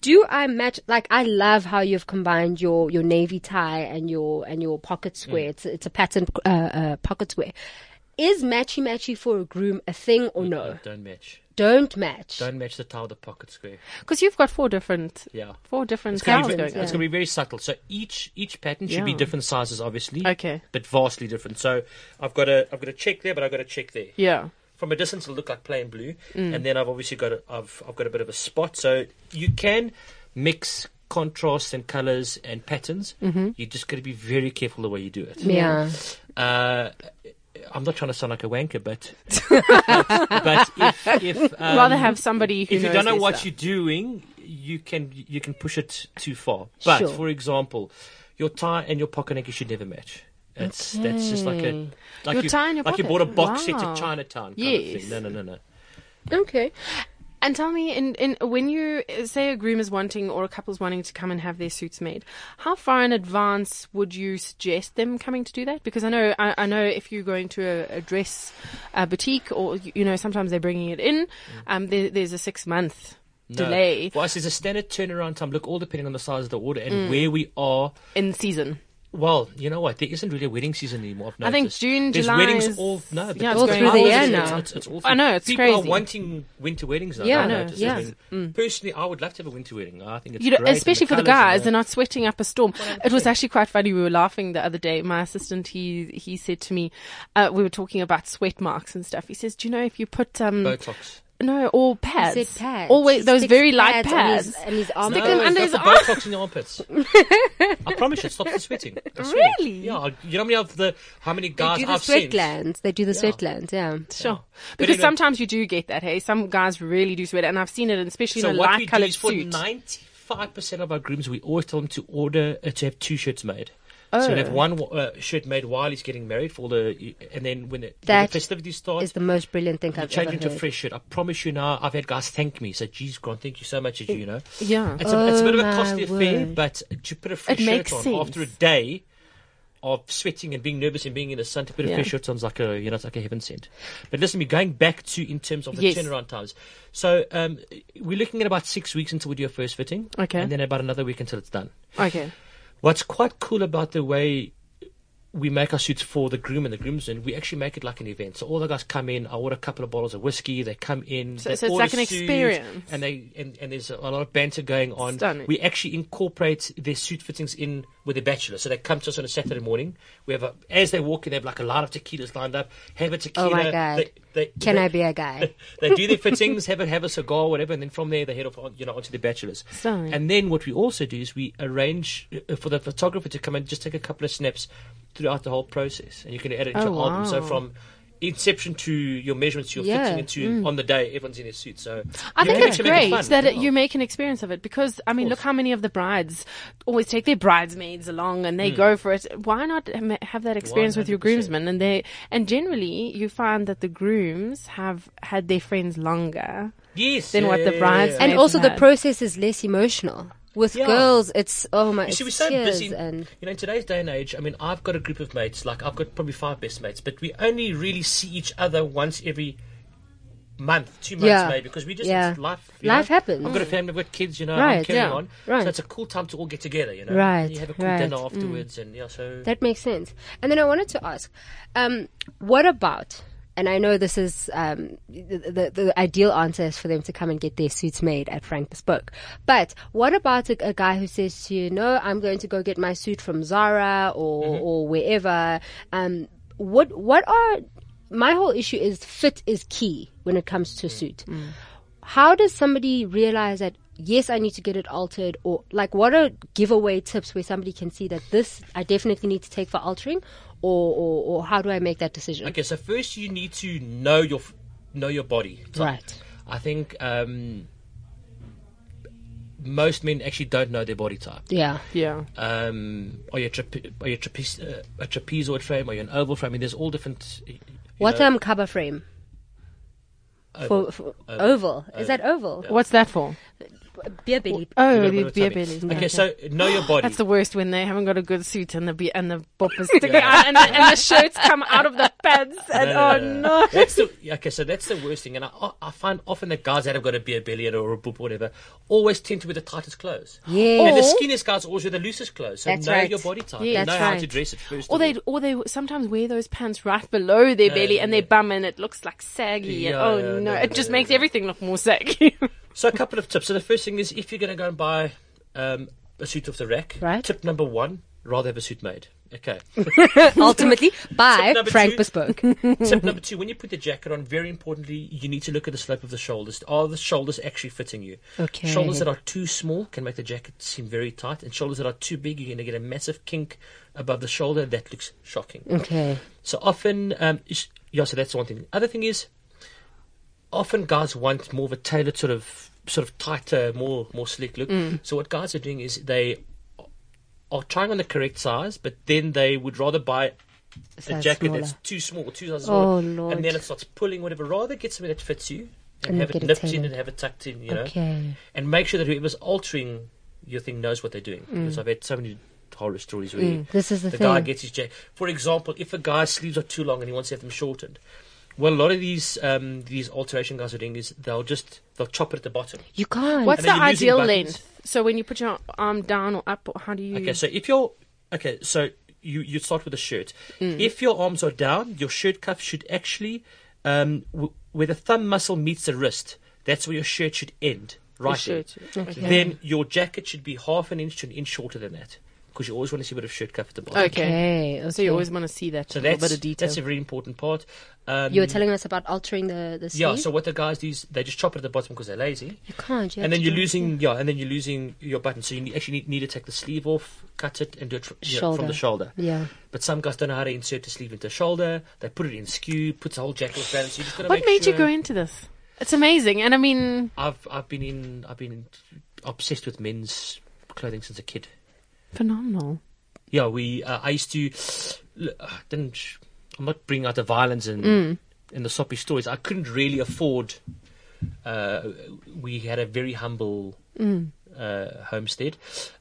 Speaker 3: Do I match like I love how you've combined your your navy tie and your and your
Speaker 5: Mm.
Speaker 3: pocket square. It's it's a pattern uh, uh, pocket square. Is matchy matchy for a groom a thing or no?
Speaker 5: Don't match.
Speaker 3: don't match.
Speaker 5: Don't match the towel with the pocket square.
Speaker 4: Because you've got four different,
Speaker 5: Yeah.
Speaker 4: four different
Speaker 5: It's gonna,
Speaker 4: styles
Speaker 5: be,
Speaker 4: going
Speaker 5: it's
Speaker 4: on.
Speaker 5: gonna be very subtle. So each each pattern should be
Speaker 4: Yeah.
Speaker 5: different sizes, obviously.
Speaker 4: Okay.
Speaker 5: But vastly different. So I've got a I've got a check there, but I've got a check there.
Speaker 4: Yeah.
Speaker 5: From a distance, it'll look like plain blue,
Speaker 4: Mm.
Speaker 5: and then I've obviously got a, I've I've got a bit of a spot. So you can mix contrasts and colors and patterns. Mm-hmm. You just got to be very careful the way you do it.
Speaker 3: yeah.
Speaker 5: Uh, I'm not trying to sound like a wanker, but but if, if um,
Speaker 4: Rather have somebody who
Speaker 5: if you
Speaker 4: knows
Speaker 5: don't know
Speaker 4: their
Speaker 5: what
Speaker 4: stuff.
Speaker 5: you're doing, you can you can push it too far. But
Speaker 3: Sure.
Speaker 5: for example, your tie and your pocket necklace should never match. That's that's just like a like
Speaker 4: Your
Speaker 5: you,
Speaker 4: tie and your
Speaker 5: like you bought
Speaker 4: pocket.
Speaker 5: a box set
Speaker 4: Wow.
Speaker 5: to Chinatown kind of
Speaker 4: Yes.
Speaker 5: thing. No, no, no, no.
Speaker 3: Okay.
Speaker 4: And tell me, in, in when you uh, say a groom is wanting or a couple's wanting to come and have their suits made, how far in advance would you suggest them coming to do that? Because I know, I, I know if you're going to a, a dress uh boutique, or you you know, sometimes they're bringing it in. Um, there, there's a six month
Speaker 5: Mm. No.
Speaker 4: delay
Speaker 5: For us, there's a standard turnaround time. Look, all depending on the size of the order
Speaker 4: Mm.
Speaker 5: and where we are.
Speaker 4: in season.
Speaker 5: Well, you know what? There isn't really a wedding season anymore. I've
Speaker 4: I think
Speaker 5: noticed.
Speaker 4: June,
Speaker 5: There's
Speaker 4: July
Speaker 5: weddings
Speaker 4: is-
Speaker 5: all no, but
Speaker 4: yeah, it's
Speaker 5: all
Speaker 4: going all
Speaker 5: through
Speaker 4: the
Speaker 5: the
Speaker 4: year
Speaker 5: year
Speaker 3: now.
Speaker 5: It's, it's all
Speaker 4: I
Speaker 5: through-
Speaker 4: know, it's
Speaker 5: people
Speaker 4: crazy.
Speaker 5: are wanting winter weddings now.
Speaker 3: Yeah,
Speaker 5: I
Speaker 3: I know,
Speaker 5: notice.
Speaker 3: yeah.
Speaker 5: I mean, Personally, I would love to have a winter wedding. I think it's
Speaker 4: Mm. You know,
Speaker 5: great and
Speaker 4: especially for the
Speaker 5: colours and
Speaker 4: guys,
Speaker 5: the-
Speaker 4: they're not sweating up a storm. It was actually quite funny. We were laughing the other day. My assistant, he he said to me, uh, we were talking about sweat marks and stuff. He says, "Do you know if you put um,
Speaker 5: Botox.
Speaker 4: No, or pads.
Speaker 3: Said pads. Oh,
Speaker 4: Always those
Speaker 3: Sticks
Speaker 4: very light
Speaker 3: pads.
Speaker 4: pads.
Speaker 3: And his, and his arm
Speaker 5: No,
Speaker 3: pads.
Speaker 5: it's
Speaker 4: under
Speaker 5: got
Speaker 4: his
Speaker 5: the
Speaker 4: arm.
Speaker 5: Botox in your armpits. I promise you, it stops the sweating. I swear.
Speaker 4: Really?
Speaker 5: Yeah. You know how many of the how many guys
Speaker 3: do the
Speaker 5: I've
Speaker 3: sweat
Speaker 5: seen?
Speaker 3: glands. They do the sweat glands. Yeah.
Speaker 4: Sure.
Speaker 5: But
Speaker 4: Because
Speaker 5: anyway-
Speaker 4: sometimes you do get that, hey? Some guys really do sweat, and I've seen it, and especially
Speaker 5: So
Speaker 4: in a
Speaker 5: what we
Speaker 4: light
Speaker 5: do
Speaker 4: colored
Speaker 5: is for
Speaker 4: suit.
Speaker 5: ninety-five percent of our grooms, we always tell them to order uh, to have two shirts made. So
Speaker 4: Oh.
Speaker 5: we'll have one uh, shirt made while he's getting married for all the, and then when, it, when the
Speaker 3: That
Speaker 5: festivities start,
Speaker 3: It's the most brilliant thing I've
Speaker 5: change
Speaker 3: ever
Speaker 5: into a
Speaker 3: heard.
Speaker 5: fresh shirt. I promise you now, I've had guys thank me. So, geez, Grant, thank you so much, as you know.
Speaker 4: Yeah.
Speaker 5: It's, a, it's a bit of a
Speaker 3: Oh,
Speaker 5: costly
Speaker 3: my
Speaker 5: affair,
Speaker 3: word.
Speaker 5: but to put a fresh
Speaker 4: It
Speaker 5: shirt
Speaker 4: makes
Speaker 5: on
Speaker 4: sense.
Speaker 5: after a day of sweating and being nervous and being in the sun, to put a
Speaker 4: Yeah.
Speaker 5: fresh shirt on is like a, you know, it's like a heaven sent. But listen, we're going back to in terms of the
Speaker 4: Yes.
Speaker 5: turnaround times. So, um, we're looking at about six weeks until we do our first fitting.
Speaker 4: Okay.
Speaker 5: And then about another week until it's done.
Speaker 4: Okay.
Speaker 5: What's quite cool about the way we make our suits for the groom and the grooms, and we actually make it like an event. So all the guys come in. I order a couple of bottles of whiskey. They come in.
Speaker 4: So-
Speaker 5: they
Speaker 4: so it's
Speaker 5: order
Speaker 4: like an
Speaker 5: suits,
Speaker 4: experience.
Speaker 5: and they and, and there's a lot of banter going on.
Speaker 4: Stunning.
Speaker 5: We actually incorporate their suit fittings in with the bachelor. So they come to us on a Saturday morning. We have a, as they walk in, they have like a line of tequilas lined up. Have a tequila.
Speaker 3: Oh God.
Speaker 5: They, they,
Speaker 3: Can
Speaker 5: they-
Speaker 3: I be a guy?
Speaker 5: they do their fittings, have a have a cigar, whatever, and then from there they head off, on, you know, onto the bachelors.
Speaker 4: Stunning.
Speaker 5: And then what we also do is we arrange uh, for the photographer to come and just take a couple of snaps throughout the whole process, and you can add it to
Speaker 4: Oh,
Speaker 5: your album. So
Speaker 4: wow.
Speaker 5: from inception to your measurements, to your
Speaker 3: Yeah.
Speaker 5: fitting, and to on the day everyone's in their suit. So
Speaker 4: mm. I
Speaker 5: you
Speaker 4: think it's
Speaker 5: can actually make
Speaker 4: great
Speaker 5: it fun
Speaker 4: that
Speaker 5: as
Speaker 4: it,
Speaker 5: well.
Speaker 4: you make an experience of it because, I mean, look how many of the brides always take their bridesmaids along and they
Speaker 5: Hmm.
Speaker 4: go for it. Why not ha- have that experience with your
Speaker 5: 100%.
Speaker 4: groomsmen? And they, and generally you find that the grooms have had their friends longer.
Speaker 5: yes,
Speaker 4: then what the
Speaker 5: yeah,
Speaker 4: brides-
Speaker 5: yeah, yeah.
Speaker 3: And
Speaker 4: Made
Speaker 3: also,
Speaker 4: them
Speaker 3: the
Speaker 4: mad.
Speaker 3: process is less emotional. With
Speaker 5: Yeah.
Speaker 3: girls, it's oh my,
Speaker 5: You
Speaker 3: it's
Speaker 5: see, we're so
Speaker 3: tears
Speaker 5: busy.
Speaker 3: and
Speaker 5: You know, in today's day and age, I mean, I've got a group of mates, like, I've got probably five best mates, but we only really see each other once every month, two months
Speaker 3: Yeah.
Speaker 5: maybe, because we just,
Speaker 3: Yeah.
Speaker 5: it's life. you
Speaker 3: Life
Speaker 5: know?
Speaker 3: happens.
Speaker 5: I've got a family, I've got kids, you know, I'm
Speaker 3: Right,
Speaker 5: carrying
Speaker 4: yeah,
Speaker 5: on.
Speaker 3: right.
Speaker 5: So it's a cool time to all get together, you know.
Speaker 3: Right,
Speaker 5: You have a cool
Speaker 3: right, Mm.
Speaker 5: dinner afterwards, and yeah, so.
Speaker 3: that makes sense. And then I wanted to ask, um, what about? And I know this is um, the, the the ideal answer is for them to come and get their suits made at Frank Bespoke. But what about a, a guy who says to you, "No, I'm going to go get my suit from Zara or
Speaker 5: Mm-hmm.
Speaker 3: or wherever." Um, what what are my whole issue is fit is key when it comes to a
Speaker 5: Mm.
Speaker 3: suit. How does somebody realize that yes, I need to get it altered, or like what are giveaway tips where somebody can see that this I definitely need to take for altering, or or, or how do I make that decision?
Speaker 5: okay, so first you need to know your, f- know your body.
Speaker 3: Right.
Speaker 5: I think, um, most men actually don't know their body type.
Speaker 3: Yeah.
Speaker 4: Yeah.
Speaker 5: um, are you, a, trape- are you a, trapeze, uh, a trapezoid frame? Are you an oval frame? I mean, there's all different. uh, you
Speaker 3: What's
Speaker 5: know,
Speaker 3: um cover frame? For, for oval. Is that oval?
Speaker 4: What's that for?
Speaker 3: Beer belly.
Speaker 4: Oh,
Speaker 5: You know
Speaker 4: the
Speaker 5: what
Speaker 4: beer
Speaker 5: I'm saying?
Speaker 4: bellies.
Speaker 5: Okay, so know your body.
Speaker 4: That's the worst when they haven't got a good suit and the be- and the boppers stick out and, the- and the shirts come out of the pads and oh no.
Speaker 5: That's the yeah, okay. So that's the worst thing, and I, I find often that guys that have got a beer belly or a boob or whatever always tend to wear the tightest clothes.
Speaker 3: Yeah.
Speaker 5: and the
Speaker 4: Or-
Speaker 5: skinniest guys always wear the loosest clothes. So
Speaker 3: That's
Speaker 5: know
Speaker 3: right.
Speaker 5: your body type.
Speaker 4: Yeah,
Speaker 5: and know
Speaker 3: that's
Speaker 5: how to
Speaker 3: right.
Speaker 5: dress it first.
Speaker 4: Or
Speaker 5: of
Speaker 4: they
Speaker 5: all.
Speaker 4: or they sometimes wear those pants right below their belly
Speaker 5: yeah,
Speaker 4: and
Speaker 5: yeah.
Speaker 4: their bum and it looks like saggy and
Speaker 5: Yeah,
Speaker 4: oh
Speaker 5: yeah,
Speaker 4: no,
Speaker 5: no,
Speaker 4: it
Speaker 5: no,
Speaker 4: just
Speaker 5: no,
Speaker 4: makes
Speaker 5: no.
Speaker 4: everything look more saggy.
Speaker 5: So a couple of tips. So the first thing is if you're going to go and buy um, a suit off the rack,
Speaker 3: Right.
Speaker 5: tip number one: rather have a suit made. Okay.
Speaker 3: Ultimately, by
Speaker 5: Tip number
Speaker 3: Frank
Speaker 5: two.
Speaker 3: Bespoke.
Speaker 5: Tip number two: when you put the jacket on, very importantly, you need to look at the slope of the shoulders. Are the shoulders actually fitting you?
Speaker 3: Okay.
Speaker 5: Shoulders that are too small can make the jacket seem very tight, and shoulders that are too big, you're going to get a massive kink above the shoulder that looks shocking.
Speaker 3: Okay.
Speaker 5: So often, um, is- yeah. So that's one thing. Other thing is, often guys want more of a tailored sort of sort of tighter, more more sleek look.
Speaker 3: Mm.
Speaker 5: So what guys are doing is they are trying on the correct size, but then they would rather buy a
Speaker 3: Size
Speaker 5: jacket
Speaker 3: smaller.
Speaker 5: that's too small, two sizes
Speaker 3: Oh,
Speaker 5: smaller,
Speaker 3: Lord.
Speaker 5: and then it starts pulling whatever. Rather get something that fits you and,
Speaker 3: And
Speaker 5: have
Speaker 3: get
Speaker 5: it
Speaker 3: it
Speaker 5: nipped in
Speaker 3: tailored.
Speaker 5: and have it tucked in, you know,
Speaker 3: Okay.
Speaker 5: and make sure that whoever's altering your thing knows what they're doing. Because I've had so many horror stories where
Speaker 3: Mm, this is the
Speaker 5: the guy
Speaker 3: thing.
Speaker 5: gets his jacket. For example, if a guy's sleeves are too long and he wants to have them shortened, well, a lot of these um, these alteration guys are doing is they'll just they'll chop it at the bottom.
Speaker 3: You can't.
Speaker 4: What's
Speaker 5: And
Speaker 4: the
Speaker 5: then you're using
Speaker 4: ideal
Speaker 5: buttons.
Speaker 4: length? So when you put your arm down or up, or how do you?
Speaker 3: Mm.
Speaker 5: Okay, so if you're okay, so you you start with a shirt.
Speaker 3: Mm.
Speaker 5: If your arms are down, your shirt cuff should actually um, w- where the thumb muscle meets the wrist. That's where your shirt should end. Right. there.
Speaker 4: shirt should- okay.
Speaker 5: Then your jacket should be half an inch to an inch shorter than that, because you always want to see a bit of shirt cuff at the bottom.
Speaker 4: okay.
Speaker 3: Okay,
Speaker 4: So you
Speaker 3: okay.
Speaker 4: always want to see that
Speaker 5: So
Speaker 4: little
Speaker 5: that's
Speaker 4: bit of detail.
Speaker 5: that's a very important part. Um,
Speaker 3: you were telling us about altering the the sleeve.
Speaker 4: eh?
Speaker 5: yeah. So what the guys do is they just chop it at the bottom because they're lazy.
Speaker 3: you can't. You have
Speaker 5: and then
Speaker 3: to
Speaker 5: you're
Speaker 3: do it.
Speaker 5: losing, yeah, and then you're losing your button. So you need, actually need, need to take the sleeve off, cut it, and do it fr- you know, from
Speaker 3: Shoulder.
Speaker 5: the shoulder.
Speaker 3: Yeah.
Speaker 5: But some guys don't know how to insert the sleeve into the shoulder. They put it in skew, puts the whole jacket off balance. You just gotta
Speaker 4: What
Speaker 5: make
Speaker 4: made
Speaker 5: sure.
Speaker 4: you go into this? It's amazing, and I mean,
Speaker 5: I've I've been in I've been obsessed with men's clothing since a kid.
Speaker 4: phenomenal.
Speaker 5: Yeah, we uh, I used to look, I didn't I'm not bringing out the violence and
Speaker 4: Mm.
Speaker 5: and the soppy stories. I couldn't really afford. Uh, we had a very humble
Speaker 4: Mm.
Speaker 5: uh, homestead,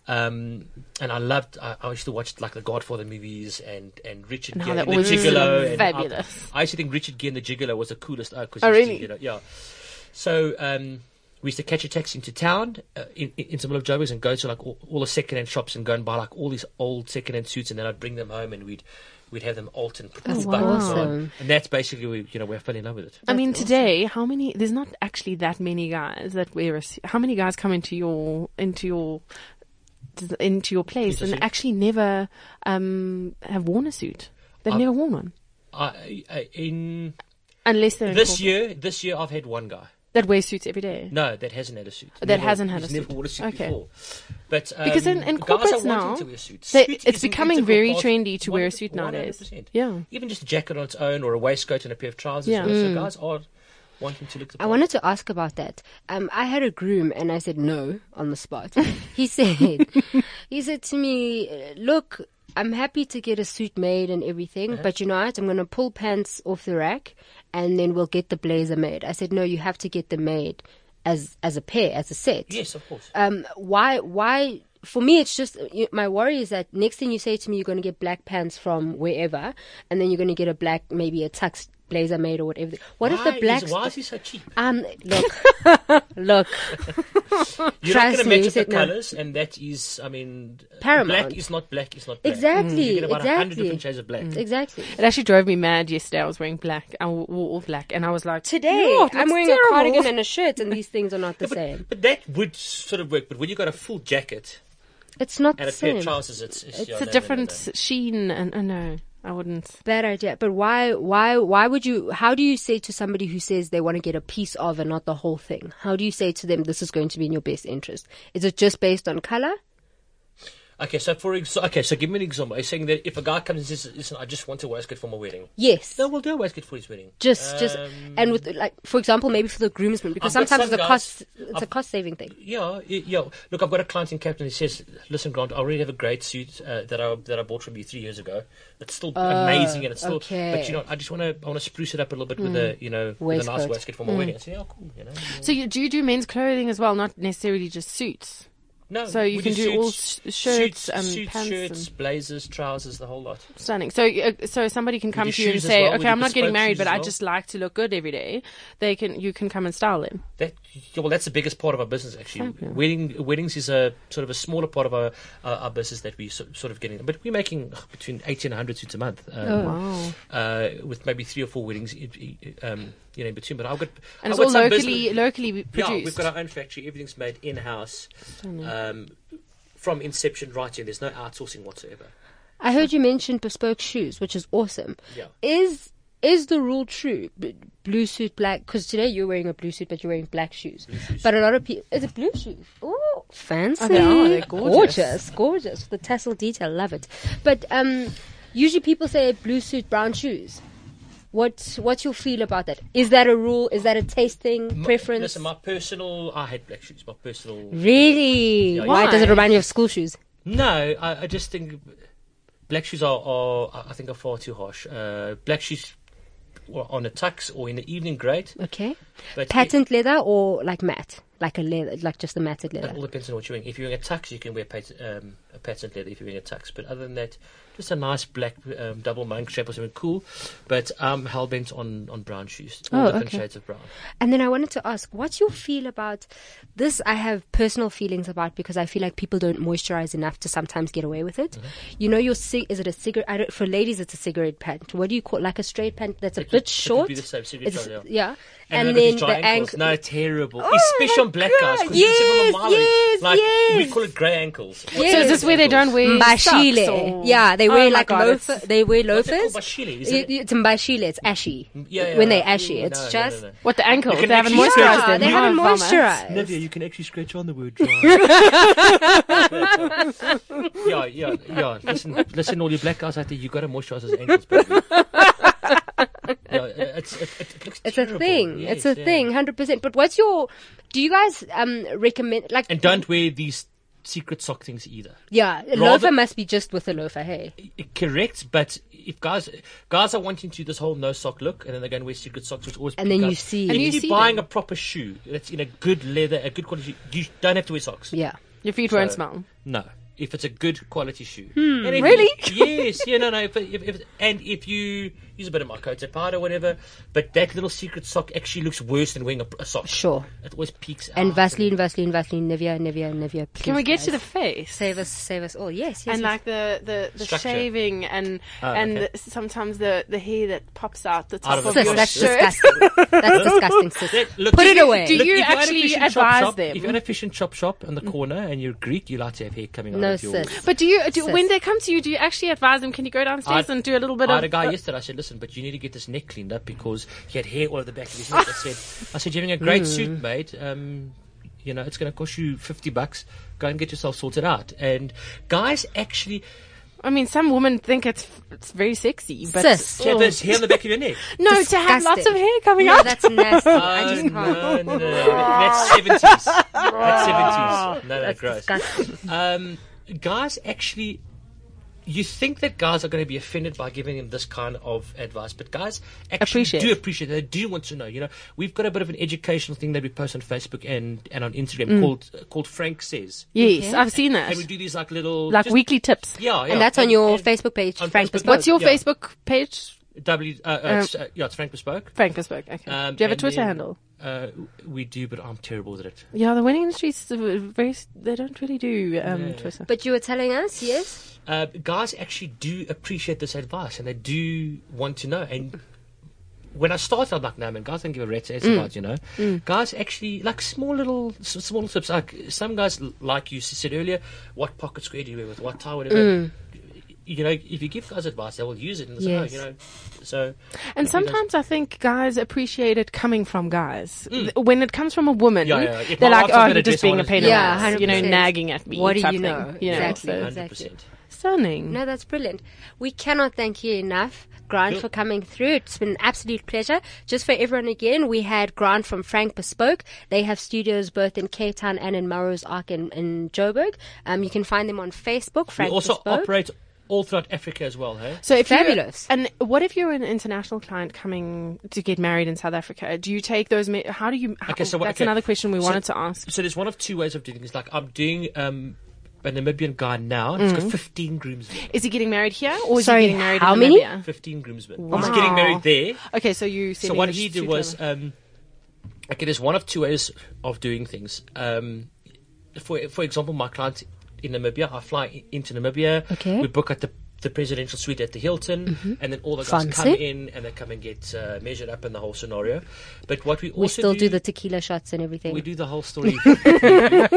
Speaker 5: um, and I loved. I, I used to watch like the Godfather movies and and Richard
Speaker 4: No,
Speaker 5: Gere
Speaker 4: that
Speaker 5: and the
Speaker 4: was
Speaker 5: Gigolo. and I-
Speaker 4: fabulous.
Speaker 5: I, used to think Richard Gere and the Gigolo was the coolest. Uh, 'cause
Speaker 4: Oh,
Speaker 5: he used to,
Speaker 4: really?
Speaker 5: you know, yeah. So um, we used to catch a taxi into town uh, in, in in some little jobbers and go to like all, all the secondhand shops and go and buy like all these old secondhand suits and then I'd bring them home and we'd we'd have them altered and put these
Speaker 3: That's
Speaker 5: buttons on
Speaker 3: awesome.
Speaker 5: and that's basically we you know we fell in love with it.
Speaker 4: I mean, today, how many? There's not actually that many guys that wear a. s- How many guys come into your into your into your place
Speaker 5: Into a
Speaker 4: and
Speaker 5: suit.
Speaker 4: actually never um, have worn a suit? They've
Speaker 5: I've-
Speaker 4: never worn one
Speaker 5: I, I in
Speaker 4: unless they're in
Speaker 5: this
Speaker 4: corporate-
Speaker 5: year this year I've had one guy
Speaker 4: that wear suits every day.
Speaker 5: no that hasn't had a suit
Speaker 4: That hasn't had
Speaker 5: he's
Speaker 4: a
Speaker 5: never
Speaker 4: suit.
Speaker 5: worn a suit
Speaker 4: Okay.
Speaker 5: before but um,
Speaker 4: Because in- in
Speaker 5: guys are
Speaker 4: corporates
Speaker 5: wanting
Speaker 4: now,
Speaker 5: to wear suits.
Speaker 4: they-
Speaker 5: Suit
Speaker 4: it's
Speaker 5: is an
Speaker 4: becoming
Speaker 5: integral
Speaker 4: very
Speaker 5: part-
Speaker 4: trendy to wear a
Speaker 5: 100%.
Speaker 4: suit nowadays. Yeah.
Speaker 5: even just a jacket on its own or a waistcoat and a pair of trousers
Speaker 4: Yeah. Mm.
Speaker 5: you know, so guys are wanting to look the
Speaker 3: I
Speaker 5: part.
Speaker 3: wanted to ask about that. Um, I had a groom, and I said no on the spot. he said, he said to me, "Look, I'm happy to get a suit made and everything, but you know what? I'm going to pull pants off the rack, and then we'll get the blazer made." I said, "No, you have to get them made as as a pair, as a set."
Speaker 5: yes of course
Speaker 3: um, why why for me it's just you, my worry is that next thing you say to me you're going to get black pants from wherever and then you're going to get a black maybe a tux blazer made or whatever what if
Speaker 5: Why
Speaker 3: the
Speaker 5: is-
Speaker 3: black
Speaker 5: why is he so cheap?
Speaker 3: um look look
Speaker 5: You're not going
Speaker 3: Trust
Speaker 5: to
Speaker 3: me, he
Speaker 5: match up the
Speaker 3: said no.
Speaker 5: colours, and that is, I mean,
Speaker 3: Paramount.
Speaker 5: black is not black is not black.
Speaker 3: Exactly,
Speaker 5: You're going to buy a hundred
Speaker 3: exactly.
Speaker 5: different shades of black.
Speaker 4: Mm.
Speaker 3: exactly
Speaker 4: It actually drove me mad yesterday. I was wearing black. I w- wore all black, and I was like,
Speaker 3: today
Speaker 4: "Yeah, it
Speaker 3: i'm
Speaker 4: looks
Speaker 3: wearing
Speaker 4: terrible."
Speaker 3: a cardigan and a shirt and these things are not the same
Speaker 5: But, but that would sort of work. But when you got a full jacket
Speaker 3: it's not
Speaker 5: and
Speaker 3: the
Speaker 5: a pair of
Speaker 3: same
Speaker 5: trousers, it's it's, yeah,
Speaker 4: It's
Speaker 5: no,
Speaker 4: a
Speaker 5: no,
Speaker 4: different
Speaker 5: no,
Speaker 4: sheen, and uh, no, I wouldn't.
Speaker 3: bad idea but why why why would you how do you say to somebody who says they want to get a piece of and not the whole thing how do you say to them this is going to be in your best interest is it just based on color
Speaker 5: no. Okay, so for ex- okay, so give me an example. Are you saying that if a guy comes and says, "Listen, I just want a waistcoat for my wedding,"
Speaker 3: Yes.
Speaker 5: no, we'll do a waistcoat for his wedding. Um,
Speaker 3: Just, just, and with like, for example, maybe for the groomsmen, because
Speaker 5: I've got
Speaker 3: sometimes
Speaker 5: some
Speaker 3: it's a
Speaker 5: guys-
Speaker 3: cost, it's a
Speaker 5: I've-
Speaker 3: cost saving thing.
Speaker 5: Yeah, y- yeah. Look, I've got a client in Cape Town who says, "Listen, Grant, I already have a great suit uh, that I that I bought from you three years ago. It's still
Speaker 4: Oh,
Speaker 5: amazing, and it's still.
Speaker 3: okay.
Speaker 5: But you know, I just want to I want to spruce it up a little bit with a
Speaker 4: Mm.
Speaker 5: you know with a nice
Speaker 3: Waistcoat.
Speaker 5: waistcoat for my wedding. I say, yeah, cool. You know,
Speaker 4: So you, do you do men's clothing as well, not necessarily just suits?
Speaker 5: no.
Speaker 4: So you
Speaker 5: we
Speaker 4: can do all sh- shirts
Speaker 5: suits,
Speaker 4: and
Speaker 5: suits,
Speaker 4: pants
Speaker 5: shirts,
Speaker 4: and-
Speaker 5: blazers, trousers, the whole lot.
Speaker 4: Stunning. So, uh, so somebody can come
Speaker 5: your
Speaker 4: to you and
Speaker 5: shoes as
Speaker 4: say,
Speaker 5: well, with
Speaker 4: "Okay,
Speaker 5: your
Speaker 4: I'm not getting
Speaker 5: bespoke
Speaker 4: married,
Speaker 5: shoes
Speaker 4: but
Speaker 5: as
Speaker 4: I
Speaker 5: well."
Speaker 4: just like to look good every day." They can, you can come and style them.
Speaker 5: That yeah, well, that's the biggest part of our business actually. Wedding weddings is a sort of a smaller part of our uh, our, our business that we so, sort of getting, but we're making ugh, between eighty and hundred suits a month. Um,
Speaker 4: Oh, Wow.
Speaker 5: uh, with maybe three or four weddings, i- i- um, you know, in between. But I've got I've
Speaker 4: And it's
Speaker 5: got
Speaker 4: all
Speaker 5: some
Speaker 4: locally,
Speaker 5: business-
Speaker 4: locally produced.
Speaker 5: Yeah, we've got our own factory. Everything's made in house. Um, from inception right in, there's no outsourcing whatsoever.
Speaker 3: I heard you mention bespoke shoes, which is awesome.
Speaker 5: Yeah.
Speaker 3: Is is the rule true? B- blue suit, black. Because today you're wearing a blue suit, but you're wearing black shoes. But a lot of people, is it blue shoes? Oh, fancy!
Speaker 4: Oh, they are. They're gorgeous.
Speaker 3: gorgeous, gorgeous. The tassel detail, love it. But um, usually people say blue suit, brown shoes. What what's your feel about that? Is that a rule? Is that a taste thing?
Speaker 5: My-
Speaker 3: Preference?
Speaker 5: Listen, my personal, I hate black shoes. My personal.
Speaker 3: really?
Speaker 5: Yeah,
Speaker 3: Why?
Speaker 4: yeah.
Speaker 3: does it remind you of school shoes?
Speaker 5: No, I, I just think black shoes are, are, I think, are far too harsh. Uh, black shoes or on a tux or in the evening, great.
Speaker 3: Okay.
Speaker 5: But
Speaker 3: Patent leather or like matte, like a leather, like just a matted
Speaker 5: It
Speaker 3: leather.
Speaker 5: all depends on what you're wearing. If you're wearing a tux, you can wear pat- um, a patent leather if you're wearing a tux. But other than that, just a nice black um, double monk strap or something cool. But I'm hell bent on, on brown shoes, all
Speaker 3: Oh,
Speaker 5: different
Speaker 3: okay.
Speaker 5: shades of brown.
Speaker 3: And then I wanted to ask, what's your feel about this? I have personal feelings about because I feel like people don't moisturize enough to sometimes get away with it.
Speaker 5: Mm-hmm.
Speaker 3: You know, your cig- is it a cigarette? I don't, for ladies, it's a cigarette pant. What do you call like a straight pant that's a
Speaker 5: It would-
Speaker 3: bit
Speaker 5: it would
Speaker 3: short?
Speaker 5: be the same cigarette
Speaker 3: It's-
Speaker 5: pant,
Speaker 3: yeah.
Speaker 5: And,
Speaker 3: And,
Speaker 5: look at
Speaker 3: then
Speaker 5: these
Speaker 3: the
Speaker 5: dry ankles.
Speaker 3: ankle.
Speaker 5: No, terrible.
Speaker 3: Oh
Speaker 5: Especially
Speaker 3: my
Speaker 5: on black guys. 'cause
Speaker 3: God.
Speaker 5: you see
Speaker 3: Yes,
Speaker 5: them on the
Speaker 3: yes,
Speaker 5: like, We
Speaker 3: yes.
Speaker 5: call it grey ankles. What's
Speaker 3: Yes.
Speaker 4: So
Speaker 5: that
Speaker 4: is this where they
Speaker 5: ankles?
Speaker 4: don't wear socks?
Speaker 3: Mbashile.
Speaker 4: Or...
Speaker 3: Mm. Yeah, they
Speaker 4: Oh
Speaker 3: wear
Speaker 4: my
Speaker 3: like
Speaker 4: God,
Speaker 3: loafer,
Speaker 4: it's-
Speaker 3: they wear
Speaker 5: What's it
Speaker 3: loafers.
Speaker 5: called? Bashili, is
Speaker 3: It-
Speaker 5: it?
Speaker 3: It's mbashile, it's ashy.
Speaker 5: Yeah, yeah,
Speaker 3: when
Speaker 5: yeah.
Speaker 3: they're ashy,
Speaker 5: Mm,
Speaker 3: it's
Speaker 5: no, no,
Speaker 3: just.
Speaker 5: no, no.
Speaker 4: What the ankles?
Speaker 5: can
Speaker 4: They haven't
Speaker 5: actually-
Speaker 4: moisturized
Speaker 3: Yeah,
Speaker 4: them.
Speaker 3: they haven't
Speaker 4: Oh, bummer.
Speaker 3: moisturized.
Speaker 5: Nivea, you can actually scratch on the word dry. yeah, yeah, yeah. Listen, listen, all you black guys out there, you got to moisturize those ankles. baby. yeah, it's, it, it looks
Speaker 3: It's
Speaker 5: terrible.
Speaker 3: a thing. it's
Speaker 5: Yes,
Speaker 3: a
Speaker 5: yeah.
Speaker 3: thing, hundred percent. But what's your? Do you guys um recommend like?
Speaker 5: And don't wear these secret sock things either.
Speaker 3: yeah, a
Speaker 5: rather-
Speaker 3: loafer must be just with a loafer. Hey,
Speaker 5: Correct, but if guys guys are wanting to do this whole no sock look, and then they're going to wear secret socks, which always
Speaker 3: And then
Speaker 5: pick
Speaker 3: you
Speaker 5: up.
Speaker 3: see-
Speaker 5: If
Speaker 3: And
Speaker 4: you
Speaker 5: you're
Speaker 4: see
Speaker 5: buying a proper shoe that's in a good leather, a good quality, you don't have to wear socks.
Speaker 3: yeah.
Speaker 4: Your feet won't smell.
Speaker 5: No, if it's a good quality shoe. And if-
Speaker 4: Really?
Speaker 5: yes. Yeah. No. No. If, if, if, and if you use a bit of Makote powder, or whatever, but that little secret sock actually looks worse than wearing a, a sock.
Speaker 3: Sure.
Speaker 5: It always peaks out.
Speaker 3: And Vaseline, Vaseline, Vaseline, Nivea, Nivea, Nivea. Please,
Speaker 4: Can we get
Speaker 3: guys.
Speaker 4: to the face?
Speaker 3: save us, save us all? Yes, yes.
Speaker 4: and
Speaker 3: yes.
Speaker 4: like the the, the
Speaker 5: Structure.
Speaker 4: shaving and
Speaker 5: Oh,
Speaker 4: and
Speaker 5: okay.
Speaker 4: the, sometimes the the hair that pops out the top
Speaker 5: of
Speaker 4: of,
Speaker 5: the
Speaker 3: Sis,
Speaker 4: your
Speaker 5: front.
Speaker 3: that's
Speaker 4: shirt.
Speaker 3: disgusting. That's disgusting, sis.
Speaker 5: That- look,
Speaker 3: Put it
Speaker 5: if-
Speaker 3: away.
Speaker 4: Do
Speaker 5: look,
Speaker 4: you
Speaker 5: if you're at a
Speaker 4: actually
Speaker 5: fish and chop
Speaker 4: advise
Speaker 5: shop-
Speaker 4: them?
Speaker 5: If you're in a fish and chop shop in the Mm. corner and you're Greek, you like to have hair coming out
Speaker 3: No,
Speaker 5: of your.
Speaker 3: sis.
Speaker 4: But do you do,
Speaker 3: Sis.
Speaker 4: when they come to you? Do you actually advise them? Can you go downstairs
Speaker 5: I-
Speaker 4: and do a little bit
Speaker 5: I
Speaker 4: of?
Speaker 5: had a guy yesterday. I said, "Listen, but you need to get this neck cleaned up because he had hair all over the back of his neck." I said, "I said you're having a
Speaker 3: Hmm.
Speaker 5: great suit, mate. Um, you know, it's going to cost you fifty bucks. Go and get yourself sorted out." And guys actually
Speaker 4: I mean, some women think it's it's very sexy, but
Speaker 3: Sis.
Speaker 5: to have this hair on the back of your neck.
Speaker 4: no, to have lots of
Speaker 3: Disgusting.
Speaker 4: hair coming
Speaker 3: No,
Speaker 4: out.
Speaker 3: that's nasty. I just
Speaker 5: Oh,
Speaker 3: can't.
Speaker 5: no, no, no, that's seventies. That's seventies. No, no,
Speaker 3: That's
Speaker 5: gross.
Speaker 3: disgusting.
Speaker 5: Um, guys actually. You think that guys are going to be offended by giving them this kind of advice, but guys actually
Speaker 4: Appreciate.
Speaker 5: do appreciate it. They do want to know. You know, we've got a bit of an educational thing that we post on Facebook and, and on Instagram called called Frank Says,
Speaker 4: yes, I've seen that.
Speaker 5: and we do these like little
Speaker 4: Like
Speaker 5: just-
Speaker 4: weekly tips.
Speaker 5: yeah, yeah.
Speaker 3: And that's on your
Speaker 5: and-
Speaker 3: Facebook page,
Speaker 5: on
Speaker 3: Frank
Speaker 5: Facebook.
Speaker 3: Bespoke.
Speaker 4: What's your
Speaker 5: Yeah.
Speaker 4: Facebook page?
Speaker 5: W, uh, uh, it's, uh, yeah, it's Frank Bespoke.
Speaker 4: Frank Bespoke. Okay.
Speaker 5: Um,
Speaker 4: do you have a
Speaker 5: and
Speaker 4: Twitter
Speaker 5: then,
Speaker 4: handle?
Speaker 5: Uh, we do, but I'm terrible at it.
Speaker 4: Yeah, the wedding industry is very. They don't really do um, Twitter.
Speaker 3: But you were telling us, yes?
Speaker 5: uh, guys actually do appreciate this advice and they do want to know. And when I started, I'm like, no, man, guys don't give a rat's ass
Speaker 3: Mm.
Speaker 5: about, you know. Guys actually, like small little, s- small tips.
Speaker 3: Mm.
Speaker 5: Like some guys, like you said earlier, what pocket square do you wear with what tie, whatever. you know, if you give guys advice, they will use it. And say,
Speaker 3: Yes.
Speaker 5: oh, you know, so
Speaker 4: And
Speaker 5: if you don't-
Speaker 4: sometimes I think guys appreciate it coming from guys. Th- When it comes from a woman,
Speaker 5: Hmm. Yeah, yeah. If
Speaker 4: they're
Speaker 5: my
Speaker 4: like,
Speaker 5: wife's not
Speaker 4: "Oh,
Speaker 5: gonna
Speaker 4: you're
Speaker 5: dress,
Speaker 4: just being
Speaker 5: I
Speaker 4: a pain
Speaker 5: wanna
Speaker 4: in the
Speaker 5: dress."
Speaker 4: ass,"
Speaker 5: Yeah,
Speaker 4: you know,
Speaker 3: 100%.
Speaker 4: nagging at me.
Speaker 3: What do you
Speaker 4: type thing,
Speaker 3: know?
Speaker 4: You know,
Speaker 3: Exactly.
Speaker 4: so-
Speaker 5: hundred percent.
Speaker 4: stunning.
Speaker 3: No, that's brilliant. We cannot thank you enough, Grant,
Speaker 5: Sure.
Speaker 3: for coming through. It's been an absolute pleasure. Just for everyone again, we had Grant from Frank Bespoke. They have studios both in Cape Town and in Morrow's Ark in, in Joburg. Um, you can find them on Facebook,
Speaker 5: We
Speaker 3: Frank
Speaker 5: also
Speaker 3: Bespoke.
Speaker 5: operate all throughout Africa as well, hey?
Speaker 4: So if you-
Speaker 3: Fabulous.
Speaker 4: and what if you're an international client coming to get married in South Africa? Do you take those? Me- how do you? How,
Speaker 5: Okay, so what-
Speaker 4: that's
Speaker 5: okay.
Speaker 4: another question we
Speaker 5: So-
Speaker 4: wanted to ask.
Speaker 5: So there's one of two ways of doing things. Like I'm doing um, a Namibian guy now. He's
Speaker 3: Mm.
Speaker 5: got 15 groomsmen.
Speaker 4: Is he getting married here, or is
Speaker 3: Sorry,
Speaker 4: he getting married?
Speaker 3: how
Speaker 4: in
Speaker 3: many?
Speaker 4: Namibia?
Speaker 5: 15 groomsmen.
Speaker 4: Wow.
Speaker 5: He's getting married there.
Speaker 4: Okay, so you.
Speaker 5: So what he did was, um, okay, there's one of two ways of doing things. Um, for for example, my client in Namibia, I fly i- into Namibia.
Speaker 3: Okay. Mm-hmm.
Speaker 5: We book at the the presidential suite at the Hilton, and then all the guys come
Speaker 3: Fancy.
Speaker 5: in and they come and get uh, measured up and the whole scenario. But what we also
Speaker 3: we still do, the tequila shots and everything.
Speaker 5: we do the whole story.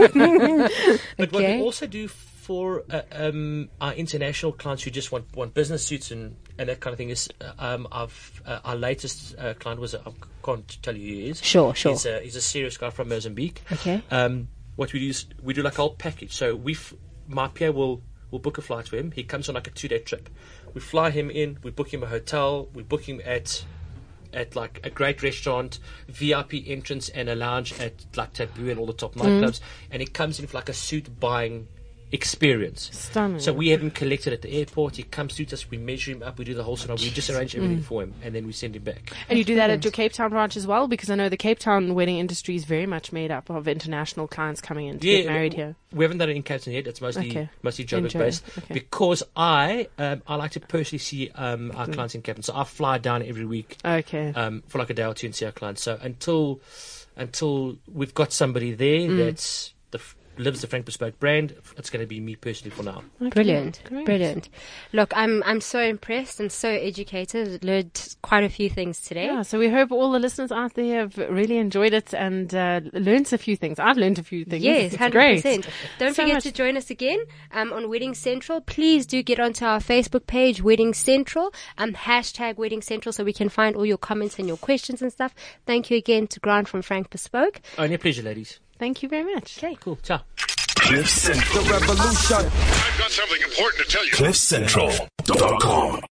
Speaker 5: But what
Speaker 3: Okay.
Speaker 5: we also do for uh, um, our international clients who just want, want business suits and, and that kind of thing is uh, um, I've, uh, our latest uh, client was, a, I can't tell you who he is.
Speaker 3: Sure, sure.
Speaker 5: He's a, he's a serious guy from Mozambique.
Speaker 3: Okay.
Speaker 5: Um, what we do is we do like a whole package. So we, f- my peer will, will book a flight for him. He comes on like a two day trip. We fly him in, we book him a hotel, we book him at at like a great restaurant, VIP entrance and a lounge at like Taboo and all the top
Speaker 3: Mm.
Speaker 5: nightclubs, and it comes in with like a suit buying experience.
Speaker 4: Stunning.
Speaker 5: So we have him collected at the airport. He comes to us, we measure him up, we do the whole scenario, we just arrange
Speaker 3: Mm.
Speaker 5: everything for him, and then we send him back.
Speaker 4: and you do that at your Cape Town branch as well, because I know the Cape Town wedding industry is very much made up of international clients coming in to get married
Speaker 5: w-
Speaker 4: here.
Speaker 5: We haven't done it in Cape Town yet. It's mostly
Speaker 4: Okay.
Speaker 5: mostly
Speaker 4: In
Speaker 5: Joburg
Speaker 4: Joburg,
Speaker 5: based
Speaker 4: okay.
Speaker 5: because I um, I like to personally see um,
Speaker 4: Mm.
Speaker 5: our clients in Cape Town. So I fly down every week
Speaker 4: Okay.
Speaker 5: um, for like a day or two and see our clients. So until until we've got somebody there
Speaker 4: Mm.
Speaker 5: that's the f- lives the Frank Bespoke brand, it's going to be me personally for now.
Speaker 4: Okay,
Speaker 3: Brilliant,
Speaker 4: great.
Speaker 3: brilliant. Look, I'm I'm so impressed and so educated. Learned quite a few things today.
Speaker 4: Yeah, so we hope all the listeners out there have really enjoyed it and uh, learned a few things. I've learned a few things.
Speaker 3: Yes,
Speaker 4: It's
Speaker 3: hundred
Speaker 4: great.
Speaker 3: percent. Don't
Speaker 4: So
Speaker 3: forget
Speaker 4: much-
Speaker 3: to join us again um, on Wedding Central. Please do get onto our Facebook page, Wedding Central, um, hashtag Wedding Central, so we can find all your comments and your questions and stuff. Thank you again to Grant from Frank Bespoke.
Speaker 5: Only a pleasure, ladies.
Speaker 4: Thank you very much.
Speaker 5: Cool. Ciao.
Speaker 1: Cliff Central. The revolution.
Speaker 2: I've got something important to tell you.
Speaker 1: CliffCentral.com.